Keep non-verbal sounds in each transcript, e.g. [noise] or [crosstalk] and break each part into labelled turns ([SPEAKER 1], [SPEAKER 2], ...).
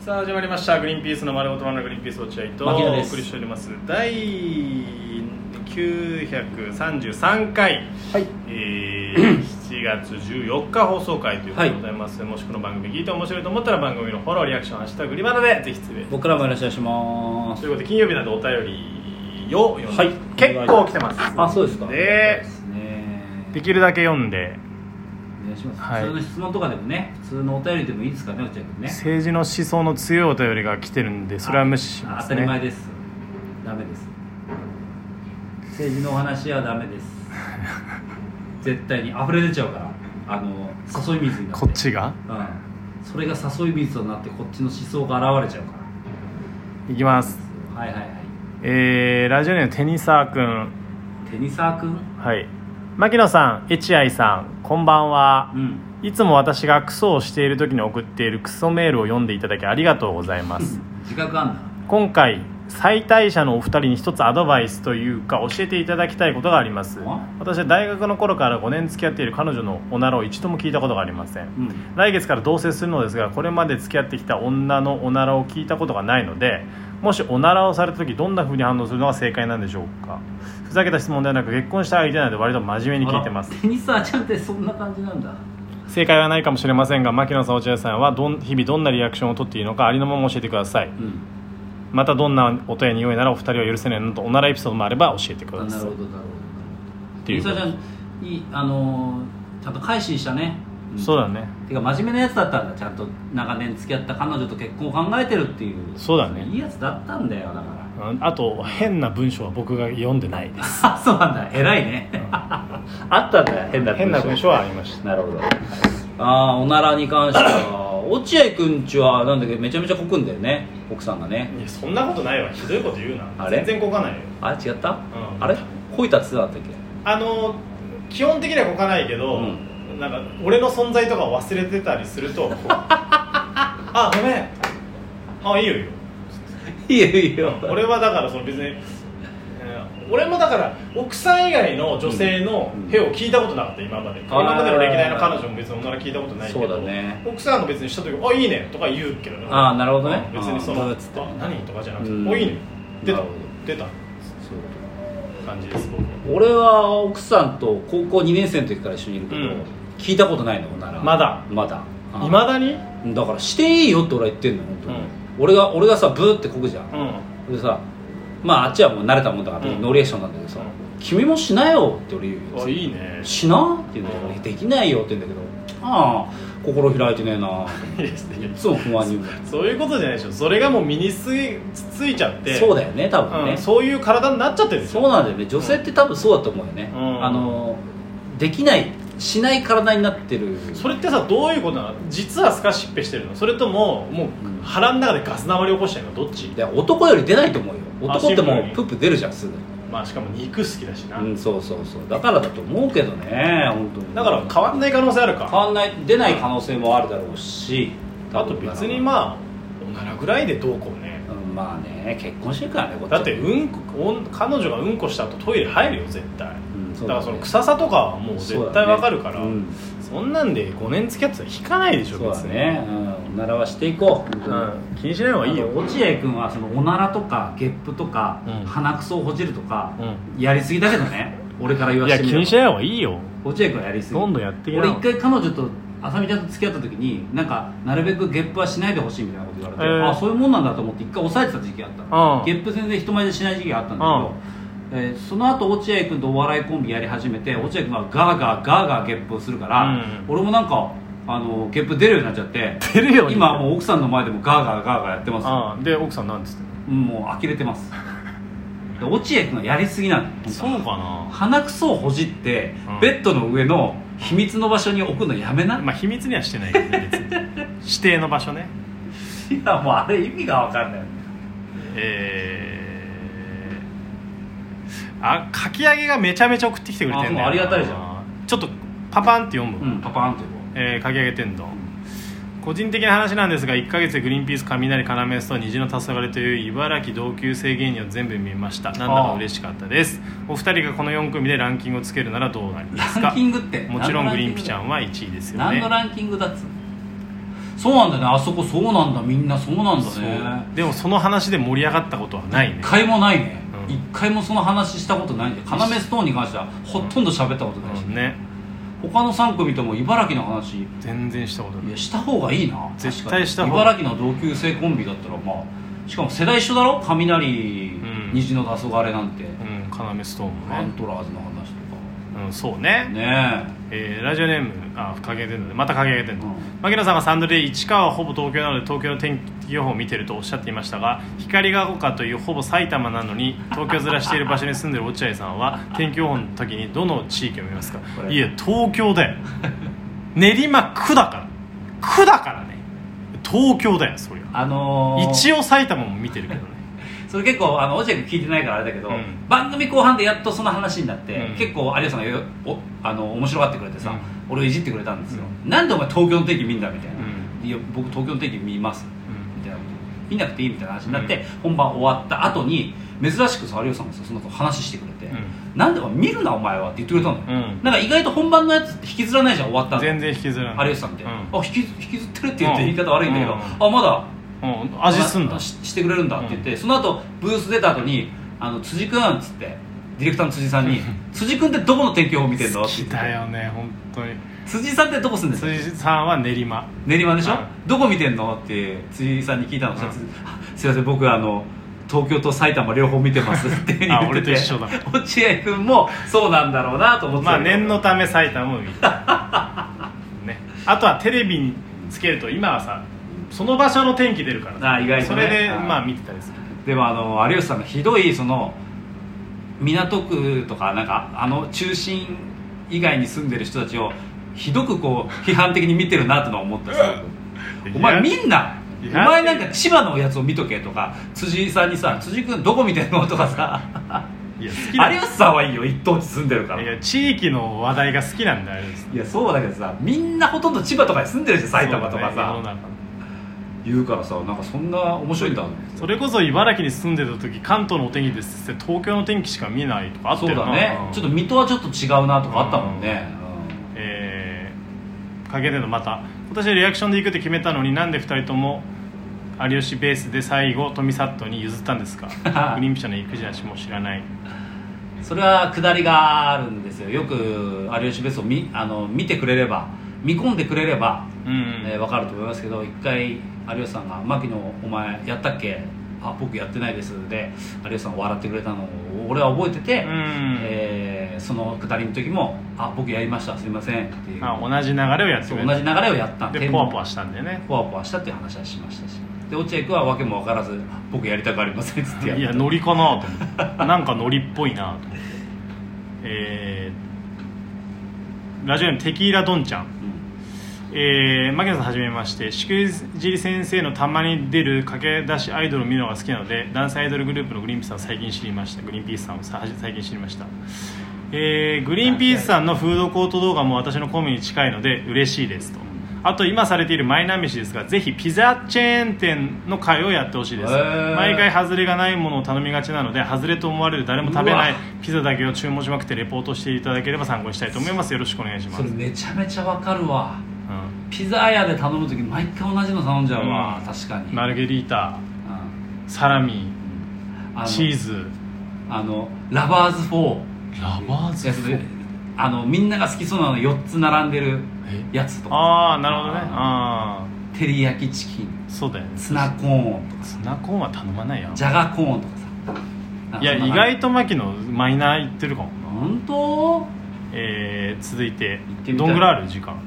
[SPEAKER 1] さあ始まりました「グリーンピースの丸ごとワンのグリーンピース落合」と
[SPEAKER 2] 牧野
[SPEAKER 1] お
[SPEAKER 2] です
[SPEAKER 1] 送りしております第933回、
[SPEAKER 2] はい
[SPEAKER 1] えー7月14日放送回ということでございます、もしこの番組聞いて面白いと思ったら番組のフォローリアクション「ハッシュタググリバナ」でぜひつぶやいて
[SPEAKER 2] 僕らもよろしくお願いしま
[SPEAKER 1] と
[SPEAKER 2] す
[SPEAKER 1] いうことで金曜日などお便りを読んで、
[SPEAKER 2] はい
[SPEAKER 1] 結構来てます
[SPEAKER 2] あそうですか
[SPEAKER 1] で
[SPEAKER 2] そうですね
[SPEAKER 1] できるだけ読んで
[SPEAKER 2] お願いします、
[SPEAKER 1] はい
[SPEAKER 2] 普通の質問とかでもね普通のお便りでもいいですかねおっちゃん君ね
[SPEAKER 1] 政治の思想の強いお便りが来てるんでそれは無視しま
[SPEAKER 2] あ当
[SPEAKER 1] す
[SPEAKER 2] たり前
[SPEAKER 1] ね
[SPEAKER 2] ですダメです政治のお話はダメ
[SPEAKER 1] [laughs]
[SPEAKER 2] です絶対に溢れ出ちゃうからあの誘い水になっ
[SPEAKER 1] こ
[SPEAKER 2] て
[SPEAKER 1] っちが
[SPEAKER 2] うんそれが誘い水となってこっちの思想が現れちゃうか
[SPEAKER 1] いきます
[SPEAKER 2] らはいはいは
[SPEAKER 1] えー、ラジオネームテニサーくん
[SPEAKER 2] いテニサー君
[SPEAKER 1] はい牧野さん落合さんこんばんは
[SPEAKER 2] うん
[SPEAKER 1] いつも私がクソをしている時に送っているクソメールを読んでいただきありがとうございます
[SPEAKER 2] 自覚あんな
[SPEAKER 1] 今回最大者のお二人に一つアドバイスというか教えていただきたいことがあります
[SPEAKER 2] あ
[SPEAKER 1] 私は大学の頃から5年付き合っている彼女のおならを一度も聞いたことがありません
[SPEAKER 2] うん
[SPEAKER 1] 来月から同棲するのですがこれまで付き合ってきた女のおならを聞いたことがないのでもしおならをされた時どんな風に反応するのが正解なんでしょうかふざけた質問ではなく結婚した相手なので割と真面目に聞いてます
[SPEAKER 2] あらテニサーちゃんってそんな感じなんだ
[SPEAKER 1] 正解はないかもしれませんが牧野さん落合さんはどん日々どんなリアクションをとっていいのかありのまま教えてください
[SPEAKER 2] うん
[SPEAKER 1] またどんな音や匂いならお二人は許せないなどおならエピソードもあれば教えてく
[SPEAKER 2] あ
[SPEAKER 1] だ
[SPEAKER 2] な
[SPEAKER 1] さ
[SPEAKER 2] る
[SPEAKER 1] い
[SPEAKER 2] ほどなるほど
[SPEAKER 1] ていう
[SPEAKER 2] ミサちゃんいいあのーちゃんと改心したね、ん
[SPEAKER 1] そうだね
[SPEAKER 2] てか真面目なやつだったんだちゃんと長年付き合った彼女と結婚を考えてるっていう
[SPEAKER 1] そうだね
[SPEAKER 2] いいやつだったんだよだか
[SPEAKER 1] あ
[SPEAKER 2] ら
[SPEAKER 1] あと変な文章は僕が読んでないです
[SPEAKER 2] あそうなんだ偉いねあったんだよ変な
[SPEAKER 1] 変な文章はありました
[SPEAKER 2] なるほどああおならに関しては落合くんちはなんだっけめちゃめちゃこくんだよね奥さんがね
[SPEAKER 1] いやそんなことないわひどいこと言うな
[SPEAKER 2] あれ
[SPEAKER 1] 全然こかないよ
[SPEAKER 2] あれ違った、
[SPEAKER 1] ん
[SPEAKER 2] あれこいたっつってなかったっけ
[SPEAKER 1] あの基本的にはこかないけど、
[SPEAKER 2] うん
[SPEAKER 1] なんか俺の存在とか忘れてたりする
[SPEAKER 2] [laughs]
[SPEAKER 1] とこうあごめんあいいよいいよ
[SPEAKER 2] いやいや
[SPEAKER 1] 俺はだからその別に、えー俺もだから奥さん以外の女性の
[SPEAKER 2] うん
[SPEAKER 1] 屁を聞いたことなかった今まで、
[SPEAKER 2] ー
[SPEAKER 1] 今までの歴代の彼女も別に女ら聞いたことないけど
[SPEAKER 2] そうだね
[SPEAKER 1] 奥さんが別にした時「あいいね」とか言うけどね
[SPEAKER 2] あーなるほどね
[SPEAKER 1] 別にその「
[SPEAKER 2] あ
[SPEAKER 1] あ
[SPEAKER 2] ーそうだ
[SPEAKER 1] 何?」
[SPEAKER 2] ね
[SPEAKER 1] とかじゃなくて「
[SPEAKER 2] うん
[SPEAKER 1] おいいね」出
[SPEAKER 2] な
[SPEAKER 1] た
[SPEAKER 2] るほ
[SPEAKER 1] 出た
[SPEAKER 2] そういうこ
[SPEAKER 1] 感じです僕は
[SPEAKER 2] と俺は奥さんと高校2年生の時から一緒にいるけど、
[SPEAKER 1] うん
[SPEAKER 2] 聞いたことないのほんなら
[SPEAKER 1] まだ
[SPEAKER 2] まだ
[SPEAKER 1] いまだに
[SPEAKER 2] うんだからしていいよって俺は言ってんの本当に、
[SPEAKER 1] うん
[SPEAKER 2] 俺が俺がさブーってこくじゃん
[SPEAKER 1] う
[SPEAKER 2] でさまああっちはもう慣れたもんだから、
[SPEAKER 1] うん
[SPEAKER 2] ノーリアクションなんだけどさ、
[SPEAKER 1] うん
[SPEAKER 2] 君もしなよって俺言うよ
[SPEAKER 1] んあいいね
[SPEAKER 2] しなって言うんだけど、できないよって言うんだけどああ心開いてねえない
[SPEAKER 1] やいや
[SPEAKER 2] いつも不安に思う
[SPEAKER 1] そういうことじゃないでしょそれがもう身についついちゃって
[SPEAKER 2] そうだよね多分ね、
[SPEAKER 1] うんそういう体になっちゃってるでしょ
[SPEAKER 2] そうなんだよね女性って多分そうだと思うよね、
[SPEAKER 1] うん
[SPEAKER 2] あのできないしない体になってる
[SPEAKER 1] それってさどういうことなの実はスカシッペしてるのそれとももう
[SPEAKER 2] うん
[SPEAKER 1] 腹の中でガスなまり起こしてるのどっち
[SPEAKER 2] で男より出ないと思うよ
[SPEAKER 1] あ
[SPEAKER 2] 男って
[SPEAKER 1] シ
[SPEAKER 2] も
[SPEAKER 1] ンプルに
[SPEAKER 2] うプップ出るじゃんすぐ
[SPEAKER 1] まあしかも肉好きだしな、
[SPEAKER 2] うんそうそうそうだからだと思うけどね本当に
[SPEAKER 1] だから変わんない可能性ある
[SPEAKER 2] 変
[SPEAKER 1] か
[SPEAKER 2] わんない出ない可能性もあるだろうし
[SPEAKER 1] あと別に
[SPEAKER 2] あ、
[SPEAKER 1] まあおならぐらいでどうこうね
[SPEAKER 2] うんまあね結婚してるからねこっちは
[SPEAKER 1] だってうんこおん彼女がうんこした後トイレ入るよ絶対
[SPEAKER 2] うん
[SPEAKER 1] だか
[SPEAKER 2] うね
[SPEAKER 1] らその臭さとかはもう絶対わかるからそ,、
[SPEAKER 2] そうだねうん
[SPEAKER 1] んなんで5年付き合ってたら引かないでしょ
[SPEAKER 2] そうだ
[SPEAKER 1] 別に
[SPEAKER 2] ね、うん、おならはしていこう、
[SPEAKER 1] うん、気にしない方がいいよ
[SPEAKER 2] あの落合君はそのおならとかゲップとか、
[SPEAKER 1] うん
[SPEAKER 2] 鼻くそをほじるとか、
[SPEAKER 1] う
[SPEAKER 2] やりすぎだけ
[SPEAKER 1] [laughs]
[SPEAKER 2] どね俺から言わ
[SPEAKER 1] い
[SPEAKER 2] せ
[SPEAKER 1] や
[SPEAKER 2] てみ
[SPEAKER 1] 気
[SPEAKER 2] れば
[SPEAKER 1] にしない方がいいよ
[SPEAKER 2] 落合君はやりすぎ
[SPEAKER 1] どんどんやっていきな
[SPEAKER 2] 俺一回彼女と浅見ちゃんと付き合った時になんかなるべくゲップはしないでほしいみたいなこと言われて、
[SPEAKER 1] えー
[SPEAKER 2] あそういうもんなんだと思って一回抑えてた時期があった
[SPEAKER 1] うん
[SPEAKER 2] のゲップ全然人前でしない時期があったんだけど、えーその後落合君とお笑いコンビやり始めて落合君がガーガーガーガーゲップをするから、
[SPEAKER 1] うん
[SPEAKER 2] 俺もなんかあのゲップ出るようになっちゃって
[SPEAKER 1] [laughs] 出るように
[SPEAKER 2] 今もう奥さんの前でもガーガーガーガーやってます
[SPEAKER 1] ああで奥さんなんつって
[SPEAKER 2] もう呆れてますで落合君はやりすぎなの
[SPEAKER 1] たそうかな
[SPEAKER 2] 鼻くそをほじって、
[SPEAKER 1] うん
[SPEAKER 2] ベッドの上の秘密の場所に置くのやめな、
[SPEAKER 1] まあ秘密にはしてないけどね別に指定の場所ね
[SPEAKER 2] いやもうあれ意味が分かんない
[SPEAKER 1] えー、あかき揚げがめちゃめちゃ送ってきてくれてんだよな
[SPEAKER 2] あもうありがたいじゃん
[SPEAKER 1] ちょっとパパンって読む、
[SPEAKER 2] うんパパーンってこ
[SPEAKER 1] えー、かき揚げ天丼個人的な話なんですが1ヶ月でグリーンピース雷要スと虹の黄昏という茨城同級生芸人を全部見ましたなんだか嬉しかったですお二人がこの4組でランキングをつけるならどうなります
[SPEAKER 2] う
[SPEAKER 1] か
[SPEAKER 2] ランキングって
[SPEAKER 1] もちろんグリーンピちゃんは1位ですよ
[SPEAKER 2] 何
[SPEAKER 1] ね
[SPEAKER 2] のランキングだっつうのそうなんだねあそこそうなんだみんなそうなんだね
[SPEAKER 1] でもその話で盛り上がったことはないね
[SPEAKER 2] 一回もないね
[SPEAKER 1] うん
[SPEAKER 2] 一、回もその話したことないんで要ストーンに関してはほとんど喋ったことないし、
[SPEAKER 1] うんね
[SPEAKER 2] 他の3組とも茨城の話い
[SPEAKER 1] 全然したことない
[SPEAKER 2] やした方がいいな
[SPEAKER 1] 絶対
[SPEAKER 2] 確かに
[SPEAKER 1] した方が
[SPEAKER 2] 茨城の同級生コンビだったらまあしかも世代一緒だろ雷、
[SPEAKER 1] ん
[SPEAKER 2] 虹の黄昏なんて、
[SPEAKER 1] うん要ストーンも
[SPEAKER 2] アン
[SPEAKER 1] ね
[SPEAKER 2] トラーズの話とか
[SPEAKER 1] うんそうね
[SPEAKER 2] ねえ
[SPEAKER 1] えーラジオネームあ掲げてるのでまた掲げてるの、
[SPEAKER 2] うん
[SPEAKER 1] 牧野さんがサンドで市川はほぼ東京なので東京の天気予報を見てるとおっしゃっていましたが光が丘というほぼ埼玉なのに東京ずらしている場所に住んでる落合さんは天気予報の時にどの地域を見ますか
[SPEAKER 2] これ
[SPEAKER 1] いや東京だよ練馬区だから区だからね東京だよそりゃ
[SPEAKER 2] あのー、
[SPEAKER 1] 一応埼玉も見てるけどね
[SPEAKER 2] それ結構あの落合君聞いてないからあれだけど、
[SPEAKER 1] うん
[SPEAKER 2] 番組後半でやっとその話になって、
[SPEAKER 1] うん
[SPEAKER 2] 結構有吉さんがよおあの面白がってくれてさ、
[SPEAKER 1] うん
[SPEAKER 2] 俺をいじってくれたんですよ、なんでお前東京の天気見んだみたいな、
[SPEAKER 1] う
[SPEAKER 2] いや僕東京の天気見ます、
[SPEAKER 1] ん
[SPEAKER 2] みたいなこと見なくていいみたいな話になって、
[SPEAKER 1] うん
[SPEAKER 2] 本番終わった後に珍しくさ有吉さんがさその後話してくれて、
[SPEAKER 1] う
[SPEAKER 2] なんでお前見るなお前はって言ってくれたのよ、
[SPEAKER 1] うん
[SPEAKER 2] なんか意外と本番のやつって引きずらないじゃん終わった後
[SPEAKER 1] 全然引きずらない
[SPEAKER 2] 有吉さんって、
[SPEAKER 1] うん
[SPEAKER 2] あ引きず引きずってるって言って言い方悪いんだけど、
[SPEAKER 1] うん
[SPEAKER 2] あまだ
[SPEAKER 1] うん、味すんだ
[SPEAKER 2] あししてくれるんだって言って、その後ブース出た後にあの辻君っつってディレクターの辻さんに「辻君ってどこの天気予報見てんの?」
[SPEAKER 1] 好
[SPEAKER 2] って言
[SPEAKER 1] き
[SPEAKER 2] って
[SPEAKER 1] だよね本当に
[SPEAKER 2] 辻さんってどこ住んでる
[SPEAKER 1] 辻さんは練馬
[SPEAKER 2] 練馬でしょ、
[SPEAKER 1] は
[SPEAKER 2] どこ見てんのって辻さんに聞いたの、
[SPEAKER 1] うん
[SPEAKER 2] そしたら辻あすいません僕あの東京と埼玉両方見てます」って言ってて
[SPEAKER 1] あ俺と一緒だ
[SPEAKER 2] 落合君もそうなんだろうなと思って
[SPEAKER 1] ま
[SPEAKER 2] た
[SPEAKER 1] あ
[SPEAKER 2] けど
[SPEAKER 1] 念のため埼玉を見るね、あとはテレビにつけると今はさその場所の天気出るからさ
[SPEAKER 2] あ意外と
[SPEAKER 1] そ
[SPEAKER 2] ね
[SPEAKER 1] れで
[SPEAKER 2] あー
[SPEAKER 1] まあ見てたりする
[SPEAKER 2] でもあの有吉さんがひどいその港区とかなんかあの中心以外に住んでる人たちをひどくこう批判的に見てるなってのは思ったすごくお前
[SPEAKER 1] いや
[SPEAKER 2] みんなお
[SPEAKER 1] いや
[SPEAKER 2] 前なんか千葉のやつを見とけとか辻井さんにさ「辻君どこ見てんの?」とかさ
[SPEAKER 1] [laughs] いや好き
[SPEAKER 2] 有吉さんはいいよ一等地住んでる
[SPEAKER 1] だ
[SPEAKER 2] から
[SPEAKER 1] い
[SPEAKER 2] い
[SPEAKER 1] や地域の話題が好きなんだあれです
[SPEAKER 2] やそうだけどさみんなほとんど千葉とかに住んでるじゃん埼玉とか
[SPEAKER 1] そうだね世の
[SPEAKER 2] さ、
[SPEAKER 1] 中
[SPEAKER 2] 言うからさなんかそんな面白いんだ
[SPEAKER 1] それこそ茨城に住んでた時関東のお天気ですって東京の天気しか見ないとかあった
[SPEAKER 2] そう
[SPEAKER 1] よな
[SPEAKER 2] だねちょっと水戸はちょっと違うなとかあったもんね、うん
[SPEAKER 1] えー、かけてのまた今年はリアクションで行くって決めたのになんで2人とも有吉ベースで最後トミサットに譲ったんです
[SPEAKER 2] [laughs]
[SPEAKER 1] かグリーンピシャの行くじゃしも知らない
[SPEAKER 2] それは下りがあるんですよよく有吉ベースを見あの見てくれれば見込んでくれれば、
[SPEAKER 1] うん、
[SPEAKER 2] え分かると思いますけど一回有吉さんが「牧野お前やったっけあ僕やってないです」で有吉さん笑ってくれたのを俺は覚えてて、
[SPEAKER 1] うん
[SPEAKER 2] えーその下りの時も「あ僕やりましたすいません」っていう
[SPEAKER 1] まあ、同じ流れをやって
[SPEAKER 2] そ
[SPEAKER 1] く
[SPEAKER 2] う
[SPEAKER 1] れ
[SPEAKER 2] 同じ流れをやった
[SPEAKER 1] でポワポワしたんだよね
[SPEAKER 2] ポワポワしたっていう話はしましたしで落合君は訳も分からずあ「僕やりたくありません」っつってやった
[SPEAKER 1] いやノリかなと思ってなんかノリっぽいなと思ってえーラジオネームテキーラドンちゃん
[SPEAKER 2] うん
[SPEAKER 1] えー、牧野さんはじめましてしくじり先生のたまに出る駆け出しアイドルを見るのが好きなので男性アイドルグループのグリーンピースさんを最近知りましたグリーンピースさんをさ最近知りました、えーグリーンピースさんのフードコート動画も私の好みに近いので嬉しいですとあと今されているマイナ飯ですがぜひピザチェーン店の会をやってほしいです
[SPEAKER 2] へー
[SPEAKER 1] 毎回外れがないものを頼みがちなので外れと思われる誰も食べないう
[SPEAKER 2] わ
[SPEAKER 1] ピザだけを注文しまくってレポートしていただければ参考にしたいと思いますよろしくお願いしま
[SPEAKER 2] そ
[SPEAKER 1] す、う
[SPEAKER 2] れ
[SPEAKER 1] ん
[SPEAKER 2] めちゃめちゃ分かるわピザ屋で頼む時毎回同じの頼んじゃうわ、
[SPEAKER 1] うん
[SPEAKER 2] 確かに、
[SPEAKER 1] マルゲリータ
[SPEAKER 2] うん
[SPEAKER 1] サラミ
[SPEAKER 2] あの
[SPEAKER 1] チーズ
[SPEAKER 2] あのラバーズ4
[SPEAKER 1] ラバー
[SPEAKER 2] やつであのみんなが好きそうなの4つ並んでるやつとか
[SPEAKER 1] ああなるほどねあ
[SPEAKER 2] 照り焼きチキン
[SPEAKER 1] あそうだよね
[SPEAKER 2] ツナコーンとか
[SPEAKER 1] ツナコーンは頼まないやん
[SPEAKER 2] じゃがコーンとかさなん
[SPEAKER 1] い
[SPEAKER 2] か
[SPEAKER 1] や
[SPEAKER 2] そんな
[SPEAKER 1] 意外と牧野マイナーいってるかも
[SPEAKER 2] 本当
[SPEAKER 1] えー、続いて
[SPEAKER 2] ってみたい
[SPEAKER 1] どんぐらいある時間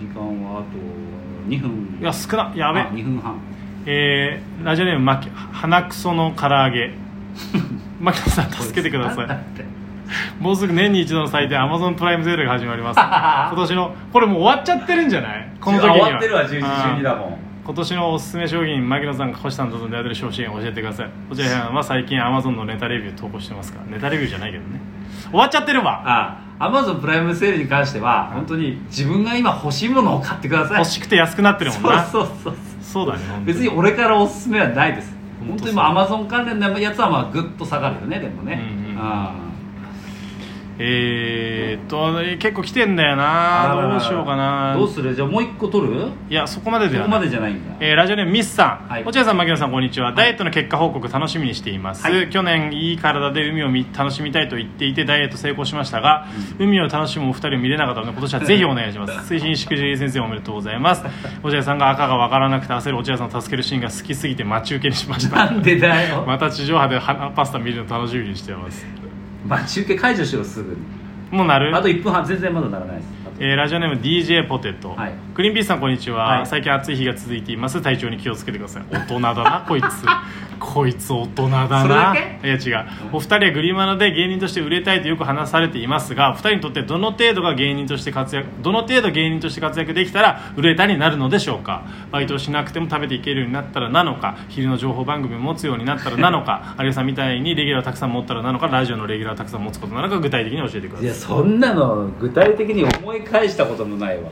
[SPEAKER 2] 時間はあと2分
[SPEAKER 1] いや少なやべ
[SPEAKER 2] あ2分半
[SPEAKER 1] えー、ラジオネーム牧鼻くその唐揚
[SPEAKER 2] [laughs]
[SPEAKER 1] げ牧野さん助けてくださ
[SPEAKER 2] これ
[SPEAKER 1] い
[SPEAKER 2] んだって
[SPEAKER 1] もうすぐ年に一度の祭典 Amazon プライムゼロが始まります
[SPEAKER 2] [laughs]
[SPEAKER 1] 今年のこれもう終わっちゃってるんじゃないこの時には
[SPEAKER 2] 終わってるわ11時12だもん
[SPEAKER 1] 今年のおすすめ商品牧野さんが星さんとの出会える商品を教えてください落合さんは最近 Amazon のネタレビュー投稿してますからネタレビューじゃないけどね終わっちゃってるわ
[SPEAKER 2] あアマゾンプライムセールに関しては本当に自分が今欲しいものを買ってください
[SPEAKER 1] 欲しくて安くなってるもんなそう
[SPEAKER 2] そうそうそう
[SPEAKER 1] だね本当
[SPEAKER 2] 別に俺からおすすめはないです本
[SPEAKER 1] 本
[SPEAKER 2] 当
[SPEAKER 1] 当
[SPEAKER 2] に
[SPEAKER 1] そう
[SPEAKER 2] 今アマゾン関連のやつはまあグッと下がるよねでもね
[SPEAKER 1] うんうん
[SPEAKER 2] あ
[SPEAKER 1] えー、っと結構来てんだよ
[SPEAKER 2] あら
[SPEAKER 1] な
[SPEAKER 2] らら
[SPEAKER 1] どうしようかな
[SPEAKER 2] どうするじゃあもう一個取る
[SPEAKER 1] いやそこまで
[SPEAKER 2] そ
[SPEAKER 1] で
[SPEAKER 2] こ
[SPEAKER 1] は
[SPEAKER 2] ま
[SPEAKER 1] ない
[SPEAKER 2] でじゃないんだ
[SPEAKER 1] えーラジオネームミスさん、
[SPEAKER 2] はい
[SPEAKER 1] 落合さん牧野さんこんにちは、
[SPEAKER 2] い
[SPEAKER 1] ダイエットの結果報告楽しみにしています、
[SPEAKER 2] はい
[SPEAKER 1] 去年いい体で海を見楽しみたいと言っていてダイエット成功しましたが、海を楽しむお二人を見れなかったので今年はぜひお願いします
[SPEAKER 2] [laughs]
[SPEAKER 1] 推進しくじり先生おめでとうございます落合さんが赤が分からなくて焦る落合さんを助けるシーンが好きすぎて待ち受けにしまし
[SPEAKER 2] な [laughs]
[SPEAKER 1] た
[SPEAKER 2] んでだよ、
[SPEAKER 1] また地上波で花パスタ見るの楽しみにしてます
[SPEAKER 2] 待ち受け解除しろすぐに
[SPEAKER 1] もうなる
[SPEAKER 2] あと1分半全然まだならないですあと
[SPEAKER 1] えーラジオネーム DJ ポテト、
[SPEAKER 2] はい
[SPEAKER 1] グリーンピースさんこんにちは、
[SPEAKER 2] はい
[SPEAKER 1] 最近暑い日が続いています体調に気をつけてくだ
[SPEAKER 2] [laughs]
[SPEAKER 1] さい大人だなこいつこいつ大人だ
[SPEAKER 2] それ
[SPEAKER 1] な
[SPEAKER 2] だ
[SPEAKER 1] いや違うお二人はグリマナで芸人として売れたいとよく話されていますがお二人にとってどの程度が芸人として活躍どの程度芸人として活躍できたら売れたになるのでしょうかバイトをしなくても食べていけるようになったらなのか昼の情報番組を持つようになったらなのか有吉さんみたいにレギュラーをたくさん持ったらなのかラジオのレギュラーをたくさん持つことなのか具体的に教えてくださ
[SPEAKER 2] い
[SPEAKER 1] い
[SPEAKER 2] やそんなの具体的に思い返したこともないわ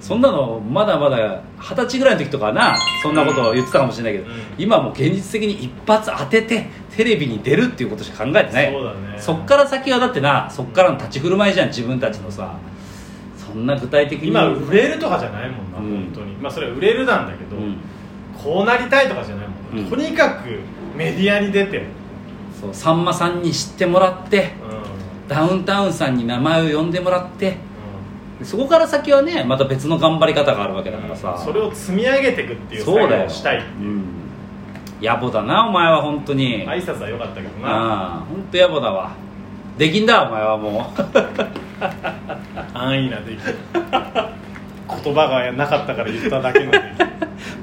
[SPEAKER 2] そんなのまだまだ二十歳ぐらいの時とかなそんなことを言ってたかもしれないけど、
[SPEAKER 1] うん
[SPEAKER 2] 今もう現実的に一発当ててテレビに出るっていうことしか考えてない
[SPEAKER 1] そうだね
[SPEAKER 2] そっから先はだってなそっからの立ち振る舞いじゃん自分たちのさそんな具体的に
[SPEAKER 1] 今売れるとかじゃないもんな、
[SPEAKER 2] うん
[SPEAKER 1] 本当にまあそれは売れるなんだけど、
[SPEAKER 2] うん
[SPEAKER 1] こうなりたいとかじゃないもん、
[SPEAKER 2] うん
[SPEAKER 1] とにかくメディアに出て、うん、
[SPEAKER 2] そうさんまさんに知ってもらってダウンタウンさんに名前を呼んでもらってそこから先はねまた別の頑張り方があるわけだからさ、
[SPEAKER 1] それを積み上げていくっていう作
[SPEAKER 2] そうだ
[SPEAKER 1] 業
[SPEAKER 2] よ
[SPEAKER 1] をしたい
[SPEAKER 2] うん、野暮だなお前は本当に、
[SPEAKER 1] 挨拶は良かったけどな
[SPEAKER 2] ああ本当野暮だわできんだお前はも
[SPEAKER 1] 安易な出来言葉がなかったから言っただけの出
[SPEAKER 2] う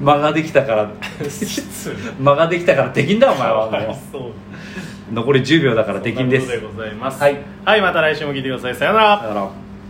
[SPEAKER 2] [laughs] 間ができた
[SPEAKER 1] [laughs]
[SPEAKER 2] から
[SPEAKER 1] 来失礼
[SPEAKER 2] 間ができたからできんだお前は
[SPEAKER 1] かわい
[SPEAKER 2] も
[SPEAKER 1] そう
[SPEAKER 2] う残り10秒だからできんです
[SPEAKER 1] そなことでございます
[SPEAKER 2] はい
[SPEAKER 1] はい、また来週も聞いてくださいさようなら
[SPEAKER 2] だから